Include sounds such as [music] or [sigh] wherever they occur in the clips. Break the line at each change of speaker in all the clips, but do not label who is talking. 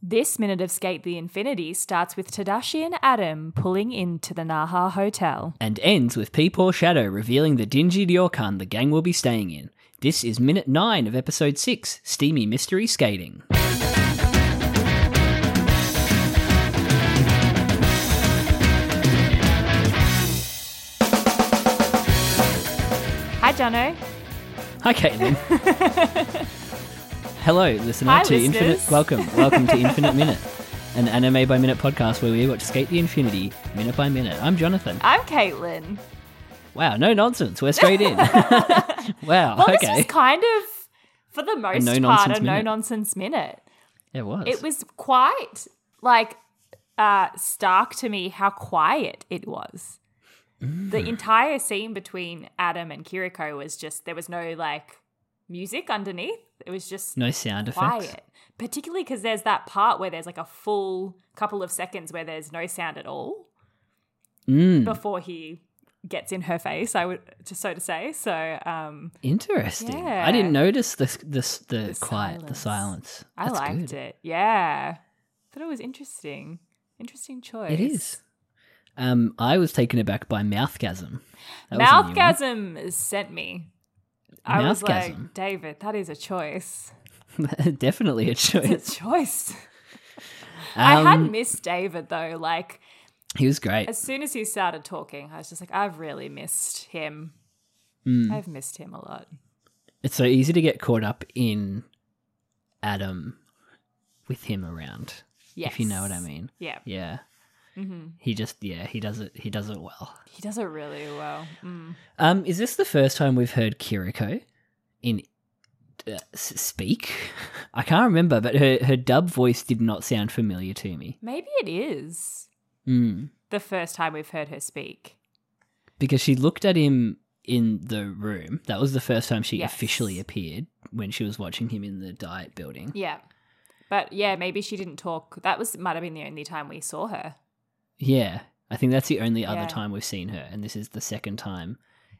This minute of Skate the Infinity starts with Tadashi and Adam pulling into the Naha Hotel.
and ends with Peepaw Shadow revealing the dingy ryokan the gang will be staying in. This is minute 9 of episode 6, Steamy Mystery Skating.
Hi, Jono. [laughs]
Hi Caitlin. Hello listener
Hi,
to Infinite
listeners.
Welcome. Welcome
[laughs]
to Infinite Minute, an anime by minute podcast where we watch Skate the Infinity minute by minute. I'm Jonathan.
I'm Caitlin.
Wow, no nonsense. We're straight
[laughs]
in. wow,
Well,
okay.
this was kind of, for the most part,
no-nonsense
a
minute.
no nonsense minute.
it was.
It was quite like uh, stark to me how quiet it was.
Mm.
The entire scene between Adam and Kiriko was just there was no like music underneath. It was just
no sound
quiet.
effects.
Particularly because there's that part where there's like a full couple of seconds where there's no sound at all
Mm,
before he gets in her face. I would just so to say. So um,
interesting.
Yeah.
I didn't notice the the, the, quiet, the
silence.
silence.
I
That's
liked
good.
it. Yeah, thought it was interesting. Interesting choice.
It is. Um, I was taken aback by mouthgasm. That was a new one.
Mouthgasm sent me. I was
Mouthgasm.
like, David, that is a
[laughs]
choice.
Definitely a choice.
It's a choice.
[laughs]
I had
Um,
missed David though. Like
He was great.
as soon as he started talking, I was just like, I've really missed him.
Hmm.
I've missed him a lot.
It's so easy to get caught up in Adam with him around.
Yes.
If you know what I mean.
Yeah. Mm-hmm.
Yeah. He just yeah he does it he does it well.
He does it really well. Mm.
Um, is this the first time we've heard Kiriko in uh, s- speak? [laughs] I can't remember, but her her dub voice did not sound familiar to me.
Maybe it is
Mm.
the first time we've heard her speak.
because she looked at him in the room. That was the first time she
Yes.
officially appeared when she was watching him in the diet building. Yeah.
Yeah. But yeah, maybe she didn't talk. That was might have been the only time we saw her.
I think that's the only
Yeah.
other time we've seen her, and this is the second time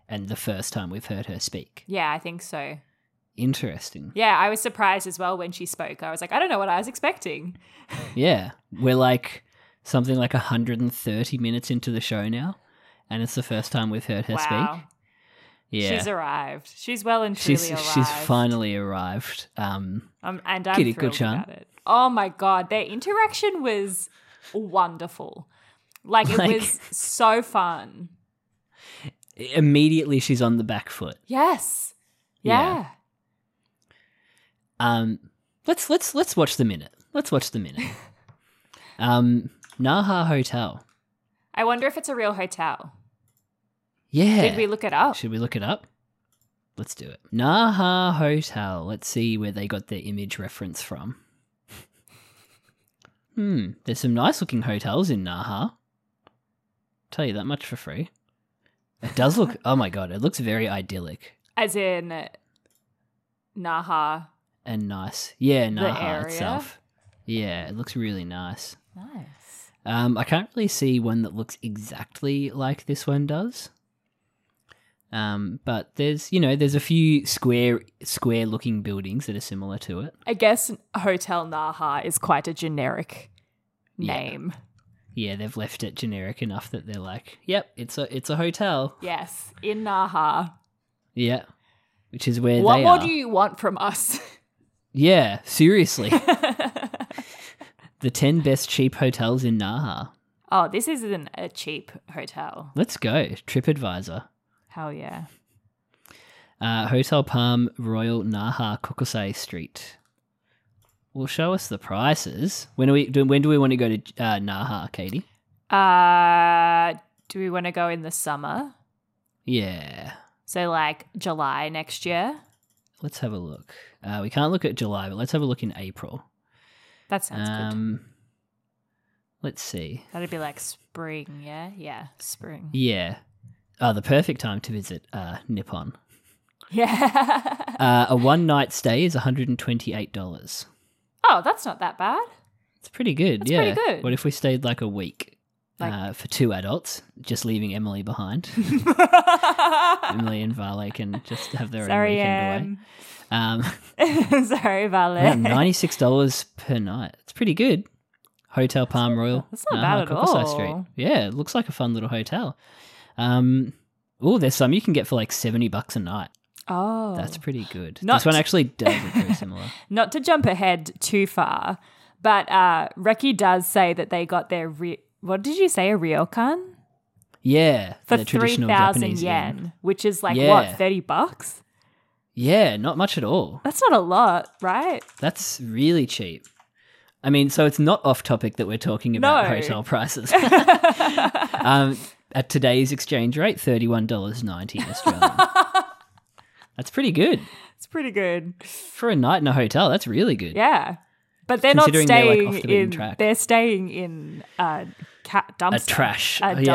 and the first time we've heard her speak.
Yeah, I think so.
Interesting.
Yeah, I was surprised as well when she spoke. I was like, I don't know what I was expecting.
Yeah. We're like something like 130 minutes into the show now, and it's the first time we've heard her
wow.
speak. Yeah.
She's arrived. She's well and truly
she's,
arrived.
[laughs] she's finally arrived. Um,
Um, and I'm
Kitty
thrilled
Kuchan.
about it. Oh my god, their interaction was wonderful. Like it
Like-
was so fun.
immediately, she's on the back foot.
Yes. Yeah.
Yeah. Um, let's let's let's watch the minute. Let's watch
[laughs]
the minute. um, Naha Hotel.
I wonder if it's a real hotel.
Yeah.
Did we look it up?
Should we look it up? Let's do it. Naha Hotel. Let's see where they got their image reference from. [laughs] hmm. There's some nice looking hotels in Naha. Tell you that much for free. It does look.
[laughs]
oh my god! It looks very idyllic
As in Naha.
and nice. Yeah, Naha
area?
itself. Yeah, it looks really nice.
Nice.
Um, I can't really see one that looks exactly like this one does. Um, but there's you know there's a few square square looking buildings that are similar to it.
I guess Hotel Naha is quite a generic
Yeah.
name.
Yeah, they've left it generic enough that they're like, yep, it's a it's a hotel.
Yes, in Naha.
Yeah, which is where
what
they
more
are.
do you want from us? [laughs]
yeah, seriously, the ten best cheap hotels in Naha.
oh, this isn't a cheap hotel.
Let's go, TripAdvisor.
Hell yeah.
Uh, Hotel Palm Royal Naha Kokosai Street. Will show us the prices. When are we? Do, when do we want to go to uh, Naha, Katie?
Uh, do we want to go in the summer?
Yeah,
So like July next year.
Let's have a look. Uh, we can't look at July, but let's have a look in April.
That sounds good.
um, Let's see.
That'd be like spring, yeah? Yeah, spring.
Yeah. Oh, the perfect time to visit uh, Nippon.
[laughs] Yeah.
Uh, a one night stay is $128.
oh, that's not that
[laughs]
bad. [laughs]
It's pretty good.
That's
yeah.
pretty good.
What if we stayed like a week
Like-
uh, for two adults, just leaving Emily behind? [laughs] Emily and Vale can just have their own
Sorry,
weekend away.
Em.
Um,
[laughs] Sorry,
yeah, [laughs]
Valet.
ninety-six dollars per night. It's pretty good. Hotel Palm Royal.
that's not
Naha,
bad at
Kokosai
all.
Yeah, it looks like a fun little hotel. Um, oh, there's some you can get for like seventy bucks a night.
Oh.
That's pretty good.
Not-
This one actually does look
[laughs]
very similar.
Not to jump ahead too far, but uh, Reki does say that they got their. Re- what did you say? A ryokan?
Yeah,
For
the
3,000
traditional
yen,
Japanese
which is like,
Yeah.
what, 30 bucks?
Yeah, not much at all.
That's not a lot, right?
That's really cheap. I mean, so it's not off topic that we're talking about
No. [laughs]
hotel prices. [laughs] um, at today's exchange rate, thirty-one dollars
[laughs]
ninety Australian. that's pretty good
It's pretty good.
for a night in a hotel. That's really good.
Yeah. But they're not
Considering they're, like,
staying
off the beaten
in.
track.
They're staying in a cat
A
dumpster.
trash. Oh,
A dumpster.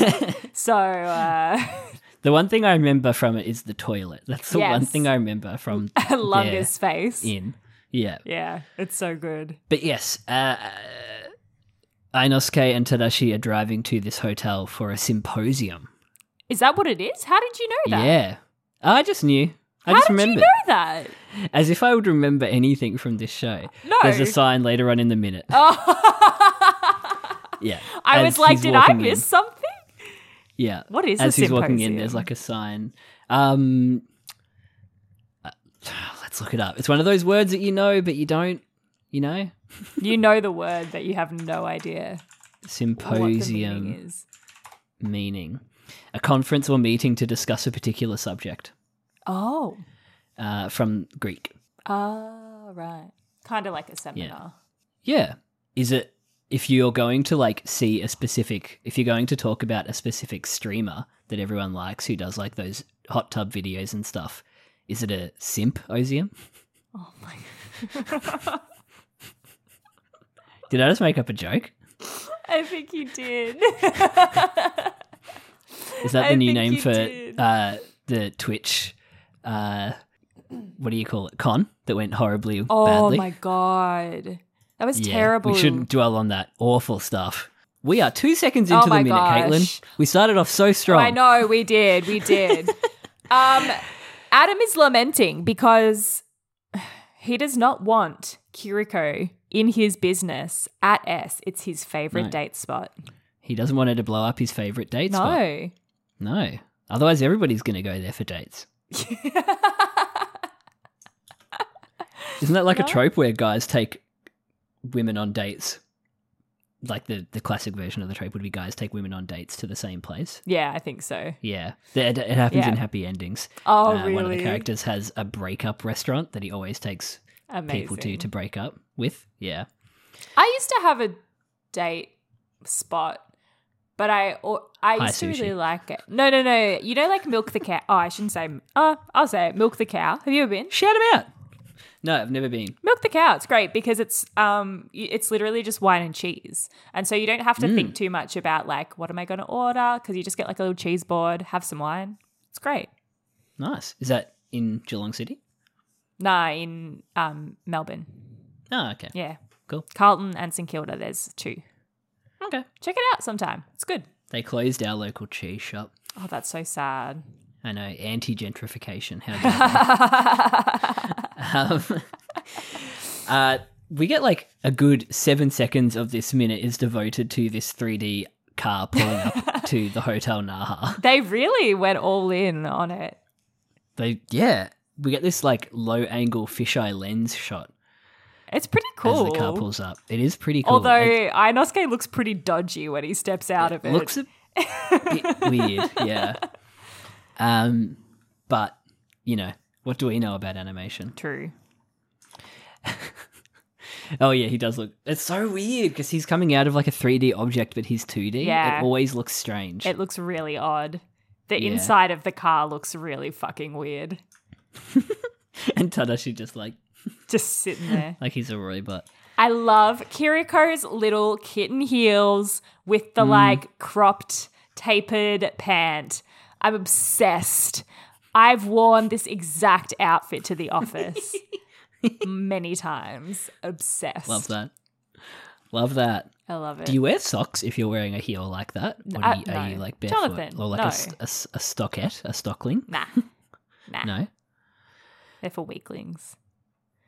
yeah, yeah. [laughs]
So uh, [laughs]
the one thing I remember from it is the toilet. That's the one
Yes.
thing I remember
[laughs]
from
I love
their
his face. Yeah.
inn. Yeah,
it's so good.
but yes, uh, Inosuke and Tadashi are driving to this hotel for a symposium.
Is that what it is? How did you know that?
Yeah, I just knew. I
How
just
did
remembered.
you know that?
As if I would remember anything from this show.
No. Oh.
There's a sign later on in the minute. yeah.
[laughs] I
As
was like,
he's
did I
walking
miss
In,
something?
yeah.
What is
As
a
he's walking
symposium?
in, there's like a sign. Um, uh, let's look it up. It's one of those words that you know, but you don't, you know?
You know the word, but you have no idea what the
Symposium
meaning is.
meaning. A conference or meeting to discuss a particular subject
Oh,
uh, from Greek.
oh, right. Kind of like a seminar.
Yeah. Is it if you're going to like see a specific if you're going to talk about a specific streamer that everyone likes who does like those hot tub videos and stuff, is it a simp osium?
Oh my
[laughs] Did I just make up a joke?
I think you
[laughs]
did.
Is that
I
the new
think
name
you
for
did.
uh the Twitch uh what do you call it? Con that went horribly
oh
badly.
my god. That was
Yeah,
terrible.
We shouldn't dwell on that awful stuff. We are two seconds into
Oh
the
my
minute,
gosh. Oh,
Caitlin. We started off so strong.
I know we did. We
[laughs]
did. um, Adam is lamenting because he does not want Kiriko in his business at S. It's his favorite
No.
date spot.
He doesn't want her to blow up his favorite date
no.
spot. No. Otherwise, everybody's going to go there for dates. Isn't that like a trope where guys take women on dates? Like the, the classic version of the trope would be guys take women on dates to the same place.
[laughs] Yeah, I think so.
Yeah. It, it happens
Yeah.
in Happy Endings.
Oh,
Uh, One of the
really?
characters has a breakup restaurant that he always takes
Amazing.
people to to break up with. Yeah.
I used to have a date spot, but I or, I
Hi,
used to really
sushi.
like it. No, no, no. You know, like milk the cow. Oh, I shouldn't say. Oh, I'll say it. Milk the cow. Have you ever been?
Shout him out. No, I've never been.
Milk the cow. It's great because it's um y- it's literally just wine and cheese, and so you don't have to think
Mm.
too much about like what am I going to order because you just get like a little cheese board, have some wine. It's great.
Nice. Is that in Geelong City?
Nah, in um Melbourne,
Oh, okay.
yeah,
Cool.
Carlton and St Kilda. There's two.
Okay.
Check it out sometime. It's good.
They closed our local cheese shop.
Oh, that's so sad. [laughs]
I know, anti gentrification. How dare they? um, [laughs] uh, we get like a good seven seconds of this minute is devoted to this 3D car
[laughs]
pulling up to the Hotel Naha.
They really went all in on it.
They, yeah, we get this like low angle fisheye lens shot
It's pretty cool.
as the car pulls up. It is pretty cool.
Although
It
Inosuke looks pretty dodgy when he steps out of it.
looks a
[laughs]
bit weird, yeah. Um, but you know, what do we know about animation?
true.
Oh yeah, he does look. It's so weird because he's coming out of like a 3D object, but he's 2D.
Yeah.
it always looks strange.
It looks really odd. The
Yeah.
inside of the car looks really fucking weird.
[laughs] and Tadashi just like
just sitting there.
like he's a robot.
I love Kiriko's little kitten heels with
Mm.
the like cropped, tapered pant. I'm obsessed. I've worn this exact outfit to the
[laughs]
office many times. Obsessed.
Love that. Love that.
I love it.
Do you wear socks if you're wearing a heel like that? Or
uh,
do you, are
no.
you like barefoot
Jonathan,
or like
no.
a, s- a s- a stockette, a stockling?
nah. Nah.
No.
They're for
[laughs]
weaklings.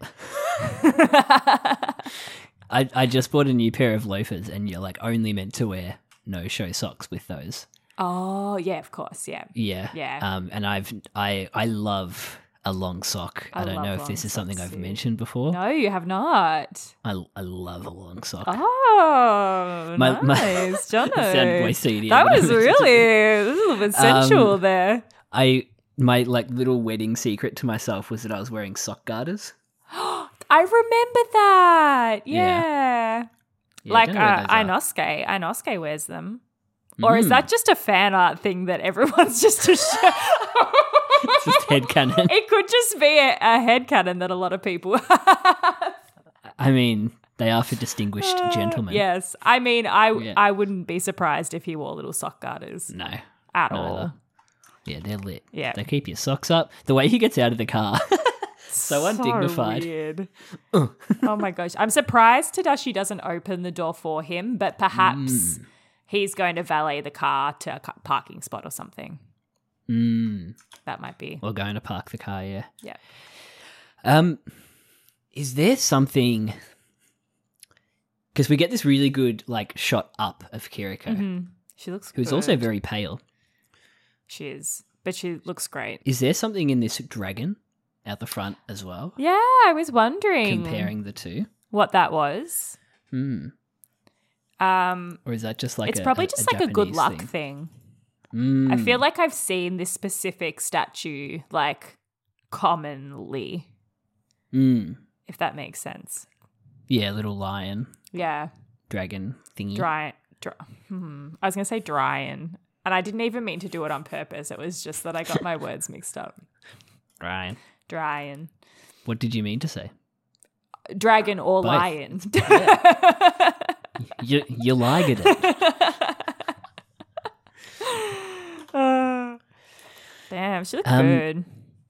[laughs]
I I just bought a new pair of loafers, and you're like only meant to wear no show socks with those.
Oh, yeah, of course. Yeah.
Yeah.
Yeah.
Um, and I've I I love a long sock.
I
I, don't
love
know if
long
this is something
socks
I've
too.
mentioned before.
No, you have not.
I I love a long sock.
Uh-huh. Oh,
My- my- [laughs]
nice, Jono.
That sounded way seedy
That
at the
was
moment.
really this is a little bit
Um,
sensual there.
I my like little wedding secret to myself was that I was wearing sock garters.
I remember that. Yeah,
Yeah. Yeah,
like
don't know where
uh,
those are.
Inosuke. Inosuke wears them. Or
Mm.
is that just a fan art thing that everyone's [laughs] just a sh-
It's [laughs] just headcanon.
[laughs] It could just be a, a headcanon that a lot of people [laughs] have.
I mean, they are for distinguished
Uh,
gentlemen.
yes. I mean, I
Yeah.
I wouldn't be surprised if he wore little sock garters
No.
at
Not at
all.
all. Yeah, they're lit.
Yeah.
They keep your socks up. The way he gets out of the car. [laughs] so undignified.
weird. oh my gosh. I'm surprised Tadashi doesn't open the door for him, but perhaps
Hmm.
he's going to valet the car to a ca- parking spot or something.
Mm.
That might be.
Or going to park the car, yeah.
Yeah.
Um, is there something? Because we get this really good like shot up of Kiriko,
She looks
who's also
Mm-hmm. good.
very pale.
She is. But she looks great.
Is there something in this dragon out the front as well?
Yeah, I was wondering
Comparing the two,
what that was.
hmm.
Um
or is that just like
it's
a-
probably
a-
just like a good
Japanese
luck
thing?
thing.
Mm.
I feel like I've seen this specific statue like commonly,
Mm.
if that makes sense.
Yeah, little lion
Yeah.
dragon thingy.
Dry. dry hmm. I was going to say Dryan. And I didn't even mean to do it on purpose. It was just that I got my words mixed up.
Ryan,
Dryan.
what did you mean
[laughs]
to say?
Dragon or
Both.
lion. [laughs]
You you lied it.
Uh, Damn, she looked
Um,
good.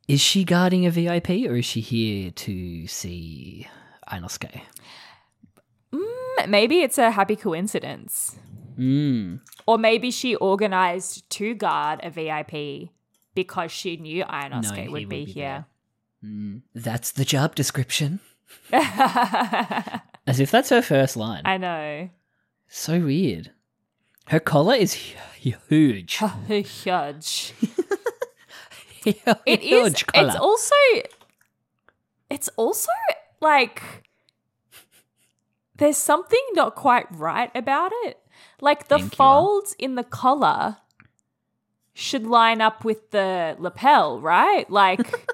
Is she guarding a VIP or is she here to see Inosuke?
M- Hmm, Maybe it's a happy coincidence.
Mm.
Or maybe she organized to guard a VIP because she knew Ionosuke
he
would,
would
be,
be
here.
Mm. That's the job description. As if that's her first line.
[laughs] I know. [laughs]
so weird. Her collar is hu- huge.
Huge.
[laughs] huge
It is.
collar.
It's also. It's also like there's something not quite right about it. Like the
Thank you, Al.
folds in the collar should line up with the lapel, right?
[laughs]
Like,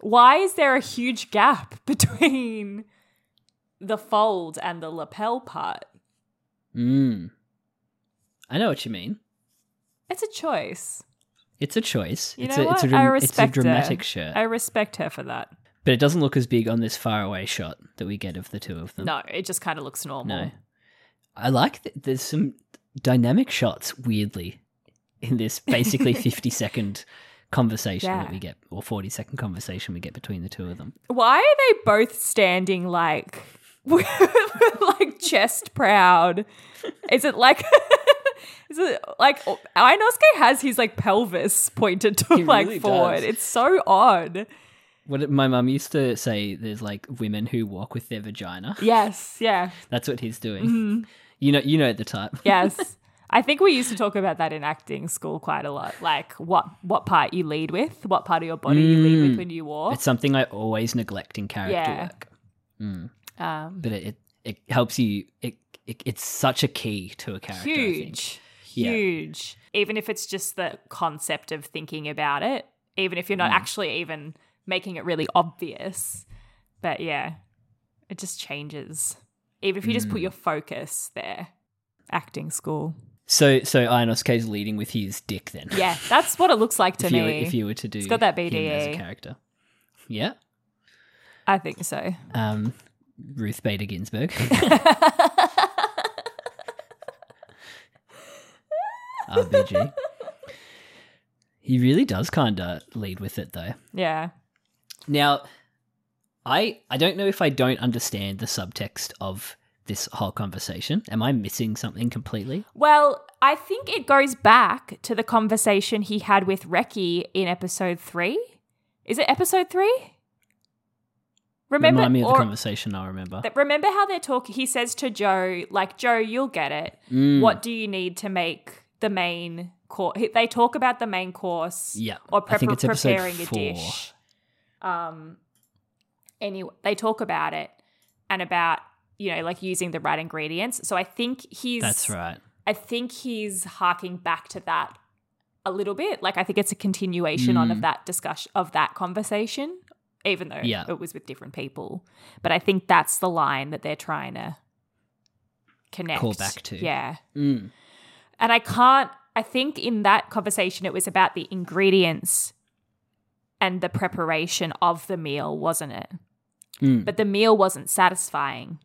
why is there a huge gap [laughs] between the fold and the lapel part?
mm. I know what you mean.
It's a choice.
It's a choice.
You
it's,
know
a,
what?
it's a
I
dram- it's a
respect
dramatic
her.
shirt.
I respect her for that.
but it doesn't look as big on this faraway shot that we get of the two of them.
No, it just kind of looks normal.
Hmm. No. I like that there's some dynamic shots, weirdly, in this
[laughs]
basically 50 second conversation
Yeah.
that we get, or 40 second conversation we get between the two of them.
Why are they both standing like [laughs] like chest proud? Is it like [laughs] is it like Inosuke has his like pelvis pointed to
He
like
really
forward?
does.
It's so odd.
What it- my mum used to say, there's like women who walk with their vagina.
Yes, yeah,
That's what he's doing.
Mm-hmm.
You know, you know the type.
yes. I think we used to talk about that in acting school quite a lot. Like what what part you lead with, what part of your body you lead with when you walk.
It's something I always neglect in character
Yeah.
work,
Um,
but it, it it helps you. It, it it's such a key to a character. I think.
huge
Yeah.
huge even if it's just the concept of thinking about it even if you're
Mm.
not actually even making it really obvious but yeah it just changes even if you just
Mm.
put your focus there acting school
So so Ionosuke's leading with his dick then.
yeah that's what it looks like to
if
me
you were, if you were to do
got that E.
him as a
BDE.
character. Yeah.
I think so. [laughs]
Um, Ruth Bader Ginsburg. [laughs] RBG. He really does kind of lead with it though.
Yeah.
Now, I I don't know if I don't understand the subtext of this whole conversation. Am I missing something completely?
Well, I think it goes back to the conversation he had with Reki in episode three. Is it episode three? Remember,
Remind me of the
or-
conversation. I'll remember.
that- remember how they're talking. He says to Joe, like, Joe, you'll get it.
Mm.
What do you need to make the main course? They talk about the main course
Yeah,
or
I think
prepar-
it's episode
preparing
four.
a dish. Um, anyway, they talk about it and about, you know, like using the right ingredients. So I think he's.
That's right.
I think he's harking back to that a little bit. Like I think it's a continuation on
Mm.
of that discussion of that conversation, even though
Yeah.
it was with different people. But I think that's the line that they're trying to connect.
back to.
Yeah.
Mm.
And I can't I think in that conversation it was about the ingredients and the preparation of the meal, wasn't it?
Mm. [laughs]
But the meal wasn't satisfying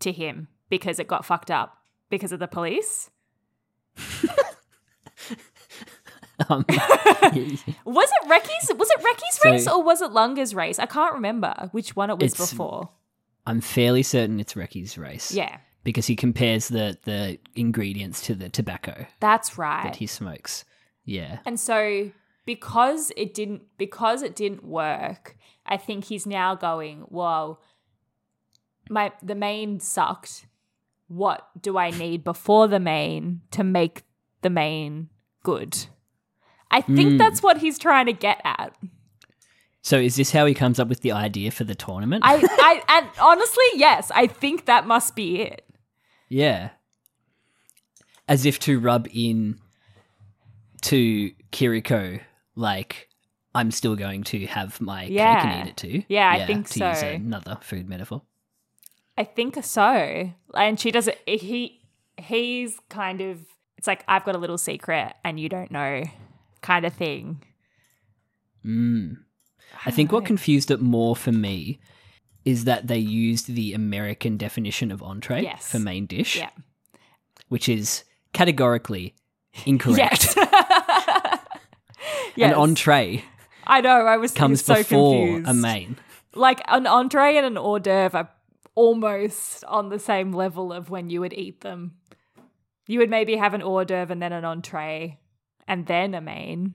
to him because it got fucked up because of the police. [laughs]
Um,
Was it Recky's? Was it Recky's
So-
race or was it Lunga's race? I can't remember which one it was
It's-
before.
I'm fairly certain it's Reki's race.
Yeah,
because he compares the the ingredients to the tobacco
that's right.
that he smokes. Yeah,
and so because it didn't because it didn't work, I think he's now going, "Whoa, my the main sucked. What do I need before the main to make the main good?" I think
Mm.
that's what he's trying to get at.
So is this how he comes up with the idea for the tournament?
I, I and honestly, yes, I think that must be it.
yeah. As if to rub in to Kiriko, like I'm still going to have my cake
Yeah.
and eat it too.
Yeah, I think
to Use
so.
another food metaphor.
I think so. And she doesn't. He he's kind of. It's like I've got a little secret and you don't know, kind of thing.
Mm. I think what confused it more for me is that they used the American definition of entree
Yes.
for main dish,
Yeah.
which is categorically incorrect.
[laughs]
[laughs]
Yes. yes.
An entree
I know. I was
comes
so
before
confused.
a main.
Like an entree and an hors d'oeuvre are almost on the same level of when you would eat them. You would maybe have an hors d'oeuvre and then an entree, and then a main.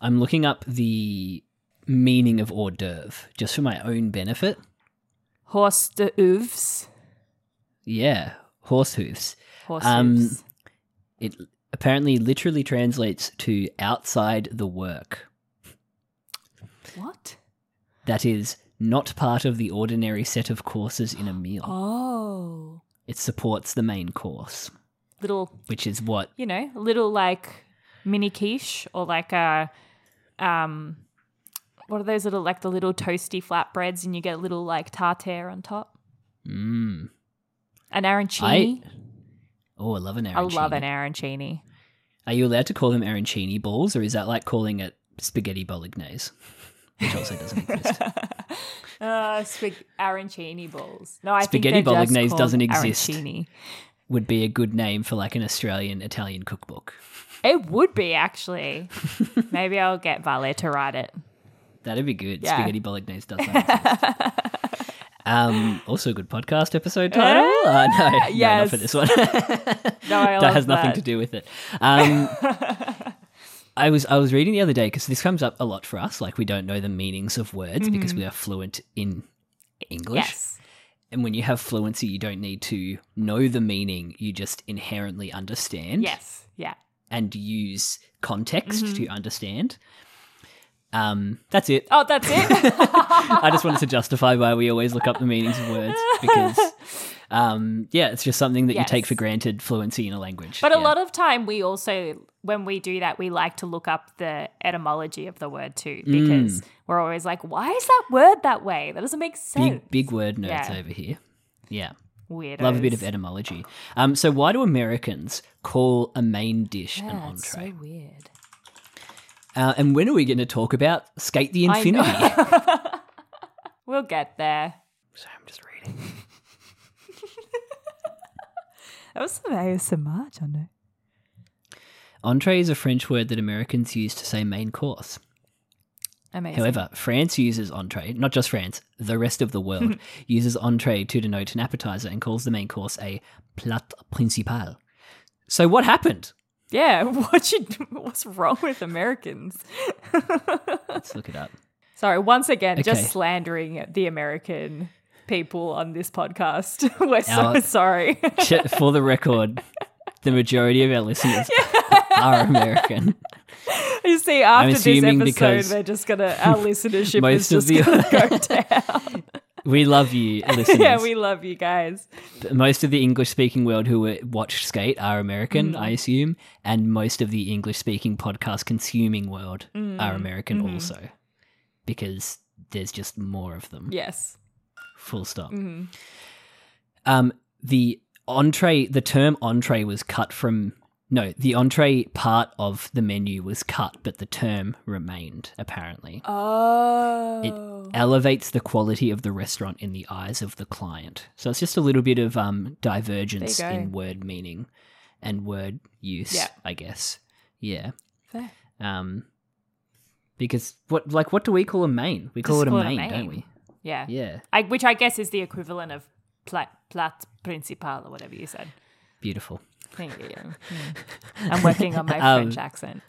I'm looking up the meaning of hors d'oeuvre just for my own benefit.
Horse d'oeuvres.
Yeah, horse hooves.
Horse
Um,
hooves.
It apparently literally translates to outside the work.
What?
That is not part of the ordinary set of courses in a meal.
[gasps] Oh.
It supports the main course,
little,
which is what
you know, little like mini quiche or like a um what are those little like the little toasty flatbreads and you get a little like tartare on top?
Mm.
An arancini.
Oh, I love an arancini.
I, love an arancini.
Are you allowed to call them arancini balls, or is that like calling it spaghetti bolognese, which also doesn't exist?
Uh, spag- arancini balls. No, I
Spaghetti
think they're just
bolognese
called
doesn't exist.
Arancini.
Would be a good name for like an Australian Italian cookbook.
It would be
[laughs]
actually. Maybe I'll get Valet to write it.
That'd be good.
Yeah.
Spaghetti bolognese doesn't exist.
[laughs]
um, also, a good podcast episode title. Uh, no, [laughs] no,
Eh?
not
yes. [laughs]
for this one.
No, I
that has nothing to do with it.
[laughs]
Um, I was I was reading the other day because this comes up a lot for us. Like we don't know the meanings of words because we are fluent in English.
Mm-hmm. Yes.
And when you have fluency, you don't need to know the meaning. You just inherently understand
Yes. Mm-hmm. Yeah.
and use context to understand. Um, that's it.
Oh, that's it. [laughs]
I just wanted to justify why we always look up the meanings of words
[laughs]
because, um, yeah, it's just something that
Yes.
you take for granted fluency in a language.
But a
Yeah.
lot of time we also when we do that we like to look up the etymology of the word too
Mm.
because we're always like why is that word that way? That doesn't make sense.
big big word nerds
Yeah.
over here. Yeah,
Weirdos.
love a bit of etymology. Um, so why do Americans call a main dish an
Yeah, it's
entree?
so weird.
Uh, and when are we going to talk about skate the
I know. [laughs]
infinity?
We'll get there.
So I'm just reading.
That was some ASMR, John.
Entree is a French word that Americans use to say main course.
Amazing.
However, France uses entree, not just France, the rest of
[laughs]
the world uses entree to denote an appetizer and calls the main course a plat principal. So what happened?
yeah, [laughs] what you, what's wrong with Americans?
Let's look it up.
Sorry, once again,
Okay.
just slandering the American people on this podcast. [laughs] We're so
Our-
sorry.
Ch- For the record, the majority of our
[laughs]
listeners are American.
you see, after this
assuming
episode,
because
they're just gonna
[laughs]
our listenership is
most of
just
[laughs]
gonna go down.
We love you,
[laughs]
listeners.
yeah, we love you guys.
most of the English speaking world who were- watch skate are
Mm.
American, I assume, and most of the English speaking podcast consuming world
Mm.
are American
Mm-hmm.
also, because there's just more of them.
Yes.
Full stop.
Mm-hmm.
Um, the entree, the term entree was cut from. No, the entree part of the menu was cut, but the term remained, apparently.
Oh.
It elevates the quality of the restaurant in the eyes of the client. So it's just a little bit of um, divergence
There you go.
in word meaning and word use,
Yeah.
I guess. Yeah.
Fair.
Um, because what like what do we call a main? We call
Just
it a main, don't we?
Yeah.
Yeah.
I, which I guess is the equivalent of plat, plat principal or whatever you said.
Beautiful.
Thank
[laughs]
you. Mm. I'm working on my
Um,
French accent.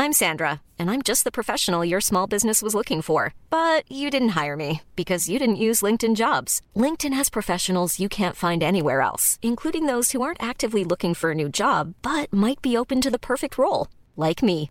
I'm Sandra, and I'm just the professional your small business was looking for. But you didn't hire me because you didn't use LinkedIn jobs. LinkedIn has professionals you can't find anywhere else, including those who aren't actively looking for a new job but might be open to the perfect role, like me.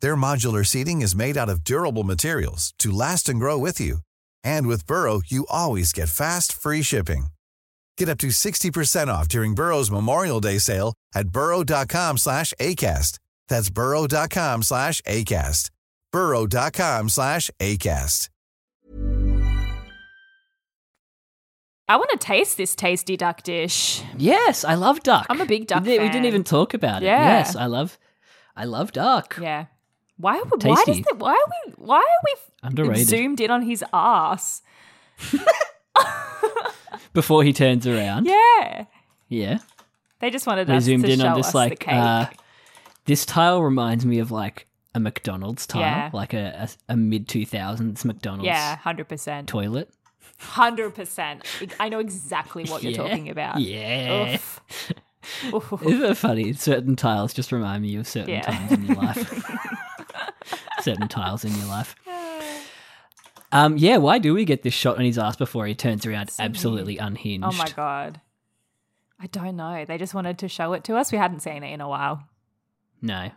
Their modular seating is made out of durable materials to last and grow with you. And with Burrow, you always get fast, free shipping. Get up to 60% off during Burrow's Memorial Day sale at burrow.com slash ACAST. That's burrow.com slash ACAST. burrow.com slash ACAST.
I want to taste this tasty duck dish.
Yes, I love duck.
I'm a big duck
We didn't- We
fan.
didn't even talk about it.
Yeah.
Yes, I love I love duck.
Yeah. Why would why does
Tasty.
the, why are we why are we f-
Underrated.
zoomed in on his ass?
Before he turns around.
Yeah.
yeah.
They just wanted
They
us
zoomed
to
in
show
on this
us the
like
cake.
uh, this tile reminds me of like a McDonald's tile,
Yeah.
like a, a, a mid two thousands McDonald's
yeah, hundred percent,
toilet.
hundred percent. I know exactly what you're
[laughs] Yeah.
talking about.
Yeah,
Oof. Oof.
[laughs] isn't it funny? Certain tiles just remind me of certain
Yeah.
times in your
[laughs]
life. [laughs] certain tiles in your life. Um, yeah, why do we get this shot on his ass before he turns around absolutely unhinged?
Oh my god. I don't know. They just wanted to show it to us. We hadn't seen it in a while.
No.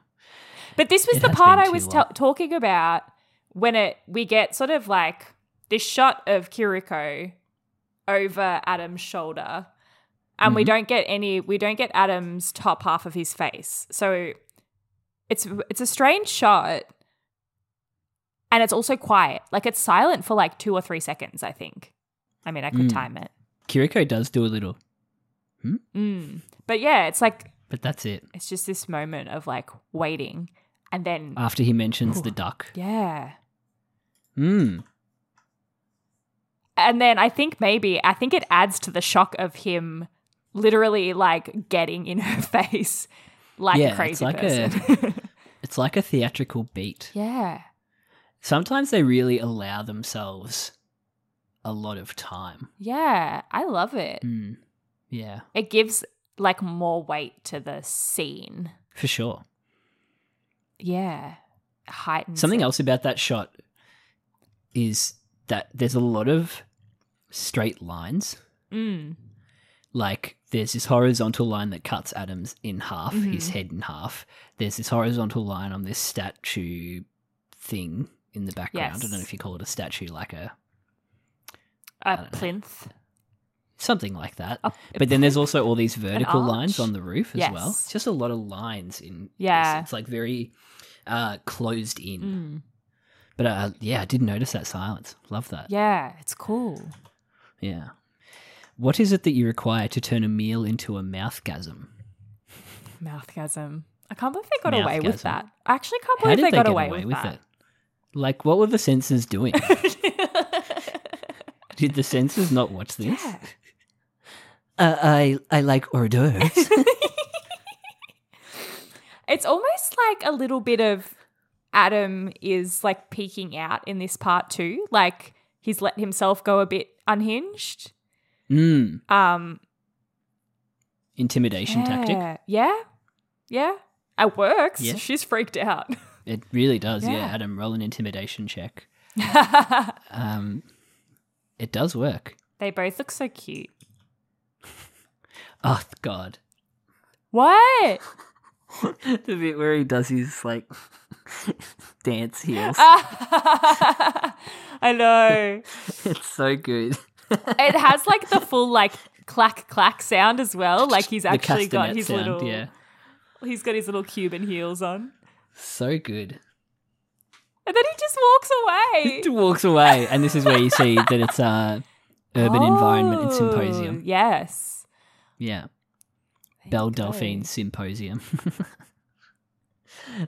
But this was
It
the
has
part
been
I was
too
t-
long.
talking about when it we get sort of like this shot of Kiriko over Adam's shoulder, and
Mm-hmm.
we don't get any. We don't get Adam's top half of his face. So it's it's a strange shot, and it's also quiet. Like it's silent for like two or three seconds. I think. I mean, I could
Mm.
time it.
Kiriko does do a little,
Mm. But yeah, it's like
but that's it.
it's just this moment of like waiting, and then
After he mentions the duck.
yeah.
Mm.
And then I think maybe, I think it adds to the shock of him literally like getting in her [laughs] face like a
Yeah, it's
crazy
like a-
person.
[laughs]
[laughs]
It's like a theatrical beat.
yeah.
Sometimes they really allow themselves a lot of time.
Yeah. I love it.
Mm. Yeah,
It gives like more weight to the scene.
for sure.
Yeah. Heightens.
Something
it.
else about that shot is that there's a lot of straight lines.
Mm.
Like there's this horizontal line that cuts Adams in half,
Mm-hmm.
his head in half. There's this horizontal line on this statue thing in the background. I don't know
Yes.
if you call it a statue, like a
A plinth.
something like that. but then there's also all these vertical lines
arch.
on the roof as well.
Yes.
It's just a lot of lines in. this.
Yeah. Mm.
it's like very uh, closed in. But uh, yeah, I did notice that silence. Love that.
Yeah, it's cool.
Yeah. What is it that you require to turn a meal into a mouthgasm?
Mouthgasm. I can't believe they got away with
Mouthgasm.
that. I actually can't
How
believe
did
they,
they,
got
get
away, with,
it? Like, what were the
[laughs]
censors doing? did the censors not watch this?
Yeah.
Uh, I I like
[laughs]
hors [laughs] d'oeuvres.
It's almost like a little bit of Adam is like peeking out in this part too. Like he's let himself go a bit unhinged.
mm,
Um
intimidation tactic.
yeah. Yeah. Yeah. It works.
Yeah.
She's freaked out. [laughs]
It really does, yeah.
Yeah.
Adam, roll an intimidation check. um, it does work.
they both look so cute.
Oh
[laughs]
God,
What?
the bit where he does his like
[laughs]
dance heels.
I know.
it's so good.
It has like the full like clack clack sound as well. Like he's actually got his little
yeah,
he's got his little Cuban heels on.
so
[laughs]
good.
And then he just walks away.
He walks away, and this is where you see that it's uh, urban environment and
Oh,
symposium.
Yes.
Yeah, Belle Delphine symposium. [laughs]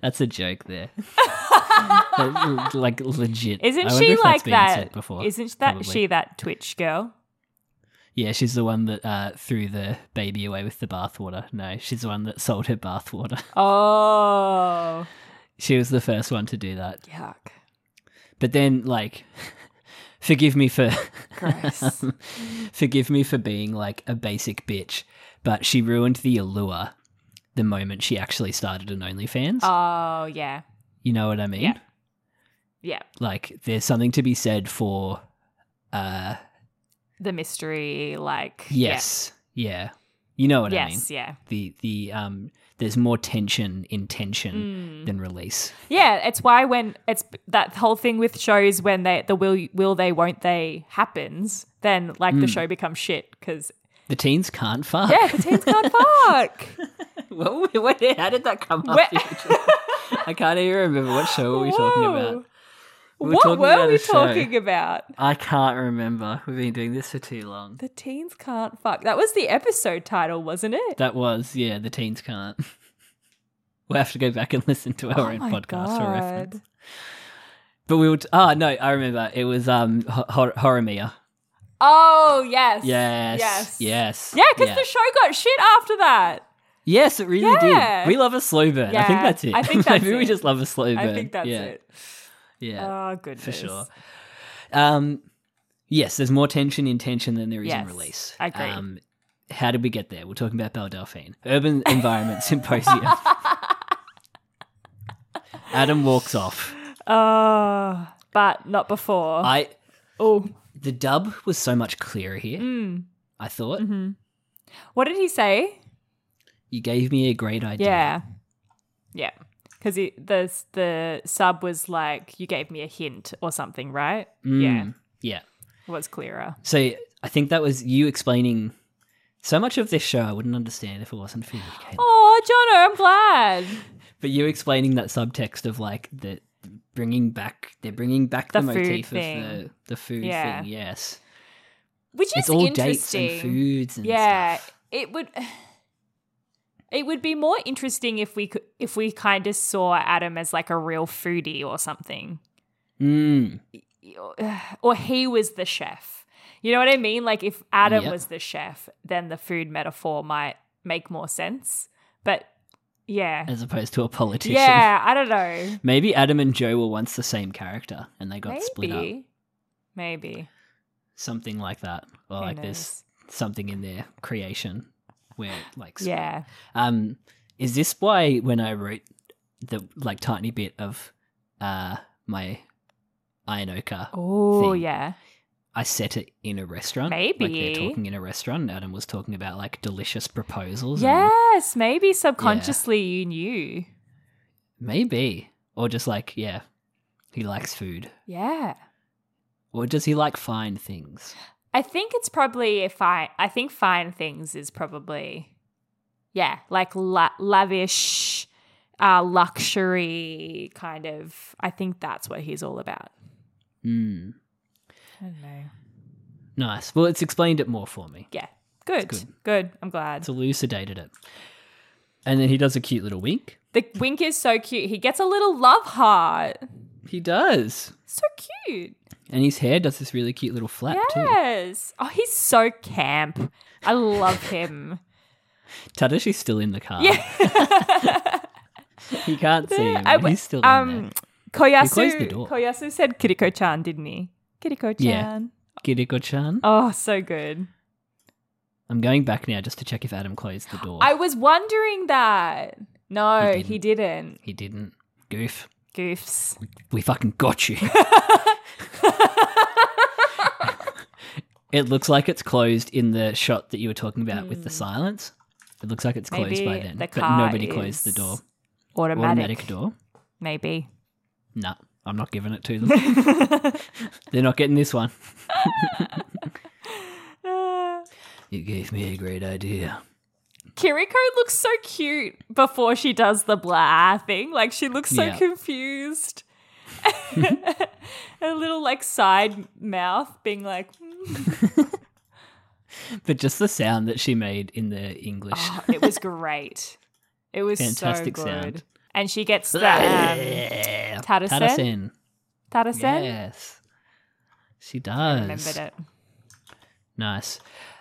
That's a joke
[laughs]
there. That- like legit. I
Isn't
wonder
she
if that's
like
been
that?
said Before.
Isn't that
Probably.
she that Twitch girl?
Yeah, she's the one that uh, threw the baby away with the bathwater. No, she's the one that sold her bathwater.
Oh,
she was the first one to do that.
yuck!
But then, like, [laughs] forgive me for
Gross.
[laughs] forgive me for being like a basic bitch, but she ruined the allure the moment she actually started an OnlyFans.
oh yeah,
you know what I mean?
yeah. yeah.
Like, there's something to be said for, uh,
The mystery, like
yes, yeah, you know what
yeah.
I mean.
yes, yeah,
The the um, there's more tension in tension than release.
Mm. yeah. It's why when it's that whole thing with shows when they the will will they won't they happens, then like
Mm.
the show becomes shit because
The teens can't fuck.
yeah, the teens
[laughs]
can't fuck.
Well, wait, how did that come up?
Where-
[laughs] I can't even remember what show were we talking
Whoa.
about. were
what
talking
were
about
we
a show.
talking about?
I can't remember. We've been doing this for too long.
The teens can't fuck. That was the episode title, wasn't it?
That was yeah. The teens can't. [laughs] We'll have to go back and [laughs] listen to
Oh
our own podcast for reference. But we would. Ah, no, I remember. It was um Ho- Hor- Horimiya.
Oh yes,
Yes.
yes,
Yes.
yeah. Because the show got shit after that.
Yes, it really
Yeah.
did. We love a slow burn. I think
Yeah,
that's it.
I
[laughs]
think that's
Maybe we
it.
just love a slow burn.
I think that's
Yeah,
it.
Yeah.
Oh goodness,
for sure. Um, yes, there's more tension in tension than there is in
Yes,
release.
I agree.
Um, how did we get there? We're talking about Belle Delphine,
[laughs]
Urban Environment Symposium. Adam walks off.
Oh, but not before.
I
oh,
the dub was so much clearer here.
Mm.
I thought
Mm-hmm. what did he say?
you gave me a great idea.
Yeah, yeah. Because the the sub was like, "You gave me a hint" or something, right? Yeah,
Mm, yeah.
it was clearer.
So I think that was you explaining so much of this show. I wouldn't understand if it wasn't for you. Kate.
Oh, Jono, I'm glad.
But you explaining that subtext of like the bringing back, they're bringing back the,
The food
motif
thing.
of the the food
Yeah.
thing. Yes,
Which is
it's all dates
interesting.
and foods and
yeah
stuff.
it would [sighs] it would be more interesting if we could if we kind of saw adam as like a real foodie or something
Mm,
or he was the chef you know what i mean like if adam
Yep.
was the chef then the food metaphor might make more sense but yeah
as opposed to a politician.
yeah i don't know
Maybe Adam and Joe were once the same character and they got split up.
maybe maybe
Something like that. Or
Who
like there's something in their creation where it, like
knows? yeah
Um, is this why when I wrote the like tiny bit of uh my Ionoka,
oh
Thing.
yeah
I set it in a restaurant? like
Maybe.
they're talking in a restaurant. and Adam was talking about like delicious proposals. and
yes maybe subconsciously you knew
maybe or just like yeah, he likes food.
yeah
Or does he like fine things?
I think it's probably if I I think fine things is probably yeah, like la- lavish uh luxury kind of I think that's what he's all about.
Mm.
I don't know.
Nice. Well, it's explained it more for me.
Yeah. Good.
good.
Good. I'm glad.
It's elucidated it. And then he does a cute little wink.
The wink is so cute. He gets a little love heart.
He does.
So cute.
And his hair does this really cute little flap too.
Yes. Oh, he's so camp. I love [laughs] him.
Tadashi's still in the
Uh.
car.
yeah.
[laughs]
[laughs]
He can't see him.
I w-
He's still in there.
um,
closed the door.
Koyasu, Koyasu said Kiriko-chan, didn't he? Kiriko-chan.
Kiriko-chan.
Oh, so good.
I'm going back now just to check if Adam closed the
[gasps]
door.
I was wondering that. No, he didn't.
he didn't. Goof.
Goofs.
We fucking got you. it looks like it's closed in the shot that you were talking about with the silence. It looks like it's closed
Hmm. Maybe
by then,
the
but
car
nobody closed the
is
door.
Automatic.
Automatic door.
Maybe.
No, I'm not giving it to them.
[laughs]
They're not getting this one.
Uh,
You gave me a great idea.
Kiriko looks so cute before she does the blah thing. Like she looks so
Yeah.
confused. [laughs] a little like side mouth being like, "Mm."
But just the sound that she made in the English.
Oh,
[laughs]
it was great. It was
Fantastic
so good.
sound.
And she gets that um, Tadasen?
Tadasen.
Tadasen.
Yes. She does.
Remembered
[laughs]
it.
Nice.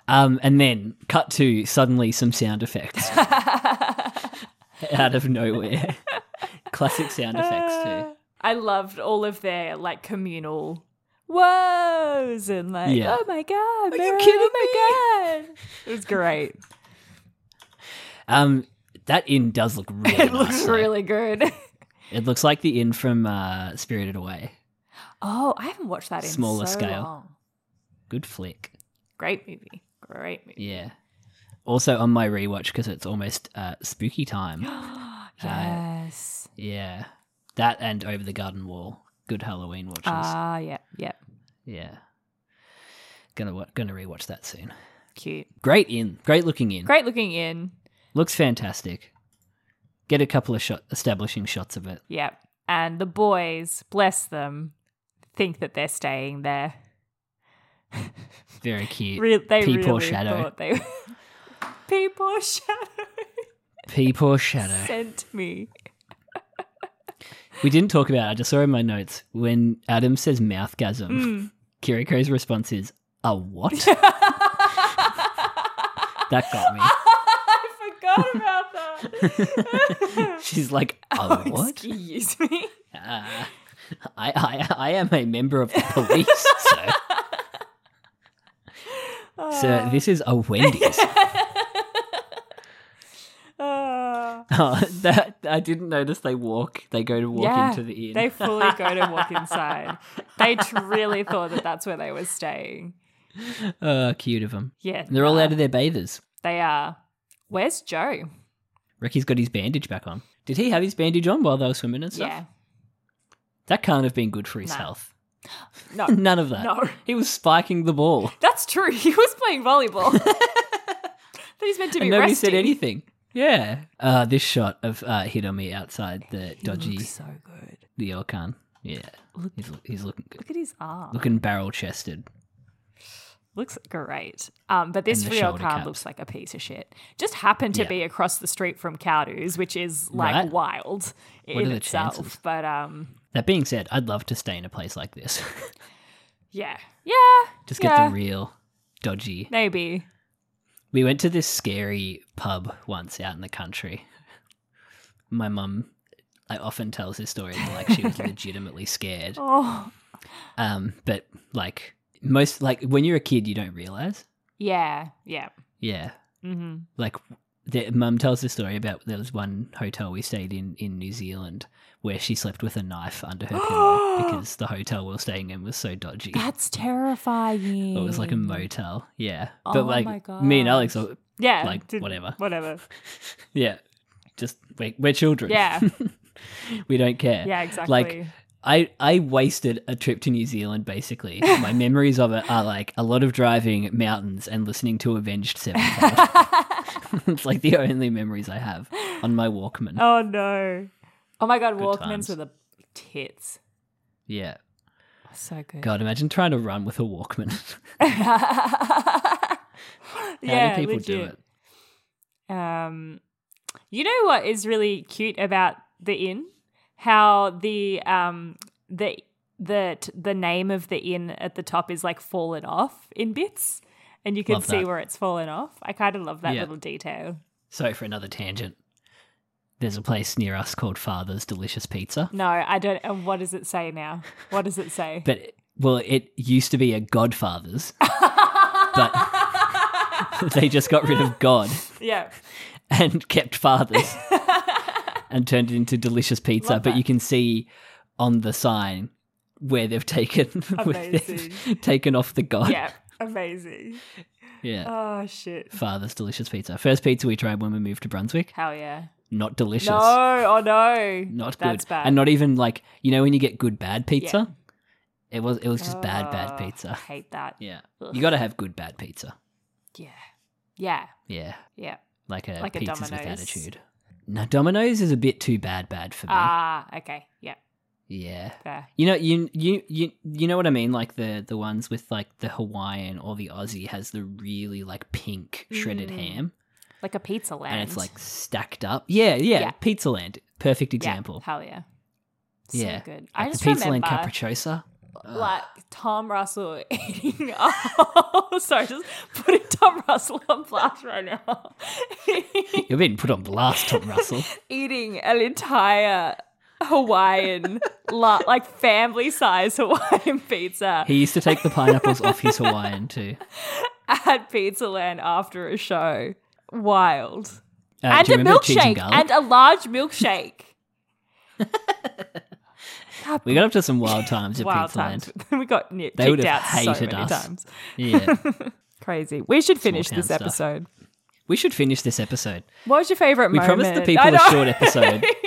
Um, and then cut to suddenly some sound effects [laughs] out
[laughs]
of nowhere. Classic sound effects too.
I loved all of their like communal woes and like,
Yeah.
oh my god, Mara,
kidding
oh my god. It was
[laughs]
great.
Um, that inn does look really.
it
nice,
looks
though.
really
[laughs]
good.
It looks like the inn from uh, Spirited Away.
Oh, I haven't watched that in
Smaller
so
scale.
long.
Good flick.
Great movie. Great movie. [gasps]
Yeah. Also on my rewatch because it's almost uh, spooky time.
[gasps]
Uh,
Yes.
yeah. That and Over the Garden Wall. Good Halloween watches.
Ah, yeah, yeah.
yeah. Gonna wa- gonna rewatch that soon.
Cute.
Great inn. Great looking inn.
Great looking in.
Looks fantastic. Get a couple of shot establishing shots of it.
Yep. And the boys, bless them, think that they're staying there.
Very cute.
Re- they
Pea
really
poor shadow.
thought [laughs] they. Pea poor shadow
Pea poor shadow.
sent me.
We didn't talk about. It. I just saw in my notes when Adam says mouthgasm.
Hmm.
Kiriko's response is a what?
[laughs]
that got me.
I forgot about that.
[laughs] She's like a what?
Excuse me.
I, I I am a member of the police.
[laughs]
So.
Ah.
Sir, this is
[laughs]
a Wendy's. [laughs]
Uh,
Oh, that I didn't notice. They walk. They go to walk
yeah,
into the inn.
they fully go to
[laughs]
walk inside. They tr- really thought that that's where they were staying.
Oh, cute of them.
Yeah,
And they're all out of their bathers.
They are. Where's Joe?
Ricky's got his bandage back on. Did he have his bandage on while they were swimming and stuff? [laughs]
Yeah.
That can't have been good for his
No.
health. [laughs]
No.
None of that.
No.
He was spiking
[laughs]
the ball.
That's true. He was playing
[laughs]
volleyball. but he's meant to be
And nobody
resting.
said anything. Yeah. Uh, this shot of uh, Hidomi outside the dodgy
So good.
the Orkan. Yeah. He's, lo- he's looking good.
Look at his arm.
Looking barrel chested.
Looks great. Um, but this
And the
real
shoulder
car
caps.
looks like a piece of shit. Just happened to
Yeah.
be across the street from Cowdoo's, which is like
Right.
wild
What
in
are the
itself.
chances?
But um,
That being said, I'd love to stay in a place like this. [laughs]
yeah, yeah,
Just get
Yeah.
the real dodgy.
maybe.
We went to this scary pub once out in the country. My mum I often tells this story and, like
[laughs]
she was legitimately scared.
Oh,
Um, but like most like when you're a kid you don't realise.
yeah, yeah.
Yeah.
hmm
like the mum tells the story about there was one hotel we stayed in in New Zealand where she slept with a knife under
[gasps]
her pillow because the hotel we were staying in was so dodgy.
That's terrifying.
Oh, It was like a motel, yeah.
Oh
but like
my
me and Alex,
gosh.
are-
yeah,
like,
did-
whatever.
whatever.
yeah, just we're, we're children.
Yeah.
[laughs] we don't care.
Yeah,
Like
exactly.
I, I wasted a trip to New Zealand basically.
[laughs]
My memories of it are like a lot of driving mountains and listening to Avenged Sevenfold. [laughs] it's like the only memories I have on my Walkman.
[laughs] Oh no. Oh my god, Walkmans
times.
were the tits.
Yeah.
So good.
God, imagine trying to run with a Walkman. [laughs]
[laughs]
How
yeah,
do people do
legit.
it?
Um, you know what is really cute about the inn? How the um the the t- the name of the inn at the top is like fallen off in bits, and you can
Love
see
that.
where it's fallen off. I kind of love that
Yeah.
little detail.
Sorry for another tangent. There's a place near us called Father's Delicious Pizza.
No, I don't. And what does it say now? What does it say?
But well, it used to be
[laughs]
a Godfather's. but they just got rid
[laughs]
of God [laughs]
yeah,
and kept
[laughs]
Father's and turned it into delicious pizza.
Love
but
that.
you can see on the sign where they've taken [laughs] where
Amazing.
they've taken off the God.
yeah, amazing.
Yeah.
Oh shit!
Father's delicious pizza. First pizza we tried when we moved to Brunswick.
Hell yeah!
Not delicious.
No, oh no,
not good.
That's bad.
And not even like you know when you get good bad pizza. It was it was just bad
Oh,
bad
I
pizza.
hate that.
Yeah,
Ugh.
you got to have good bad pizza.
Yeah, yeah,
Yeah,
yeah.
like a
Like a
pizzas with
Domino's.
attitude. No, Domino's is a bit too bad bad for me.
Ah, okay, yeah,
yeah,
fair.
you know you you you you know what I mean. Like the the ones with like the Hawaiian or the Aussie has the really like pink shredded
Mm,
ham,
Like a pizza land.
and it's like stacked up. Yeah, yeah,
Yeah.
Pizza Land, perfect
Yeah,
example.
hell yeah. So
Yeah,
good.
Like
I
the
just
Pizza
remember
Land capricciosa.
like Tom Russell eating. [laughs] Oh, sorry, just putting Tom Russell on blast right now.
You're being put on blast, Tom
[laughs]
Russell.
eating an entire Hawaiian, la- like family size Hawaiian pizza
He used to take the pineapples off his Hawaiian too.
[laughs] at Pizza Land after a show. Wild.
Uh,
and a
do you remember Cheese and
milkshake.
garlic?
And a large milkshake.
we got up [laughs] to some wild times at
Wild
Pizza
times.
Land.
[laughs] we got nit-
They would
kicked out
have
so
hated
many
us.
times. [laughs]
Yeah,
Crazy. We should finish
town
this
stuff.
episode.
we should finish this episode.
What was your favorite
We
moment?
promised the
I
people a
know.
short episode.
[laughs]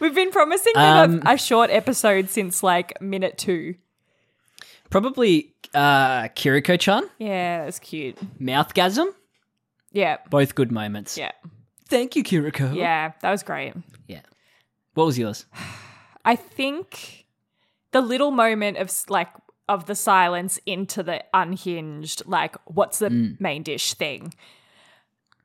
We've been promising them
Um,
a, a short episode since like minute two.
Probably uh, Kiriko-chan,
Yeah, that's cute.
Mouthgasm,
Yeah,
both good moments.
yeah,
Thank you, Kiriko.
yeah. That was great.
Yeah. What was yours?
I think the little moment of s- like of the silence into the unhinged, like what's the main dish thing,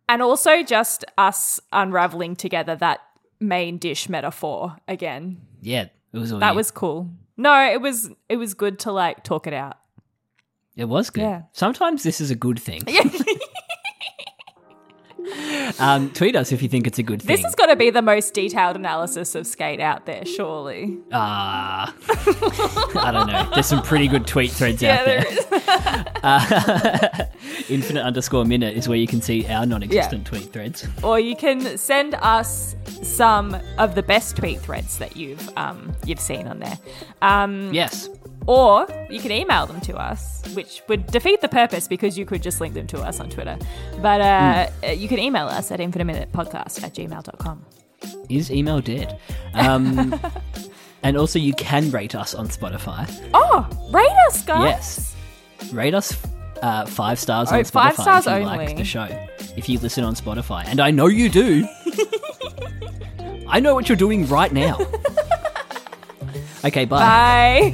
and also just us unraveling together that main dish metaphor again.
Yeah, it was all
That
you.
was cool. No, it was it was good to like talk it out.
It was good.
Yeah.
Sometimes this is a good thing. [laughs] um, tweet us if you think it's a good
This
thing.
has got to be the most detailed analysis of skate out there, surely.
Ah, I don't know. There's some pretty good tweet threads out there. [laughs] Uh, Infinite underscore minute is where you can see our non-existent tweet threads.
Or you can send us some of the best tweet threads that you've um, you've seen on there. Um,
Yes,
Or you can email them to us, which would defeat the purpose because you could just link them to us on Twitter. But uh, you can email us at infiniteminutepodcast at gmail.com.
is email dead?
[laughs]
Um, and also, you can rate us on Spotify.
Oh, rate us, guys.
Yes, rate us uh, five stars
Oh,
on Spotify
five stars
if you
only.
like the show. If you listen on Spotify, and I know
[laughs]
you do. I know what you're doing right
[laughs]
now. Okay, bye.
Bye.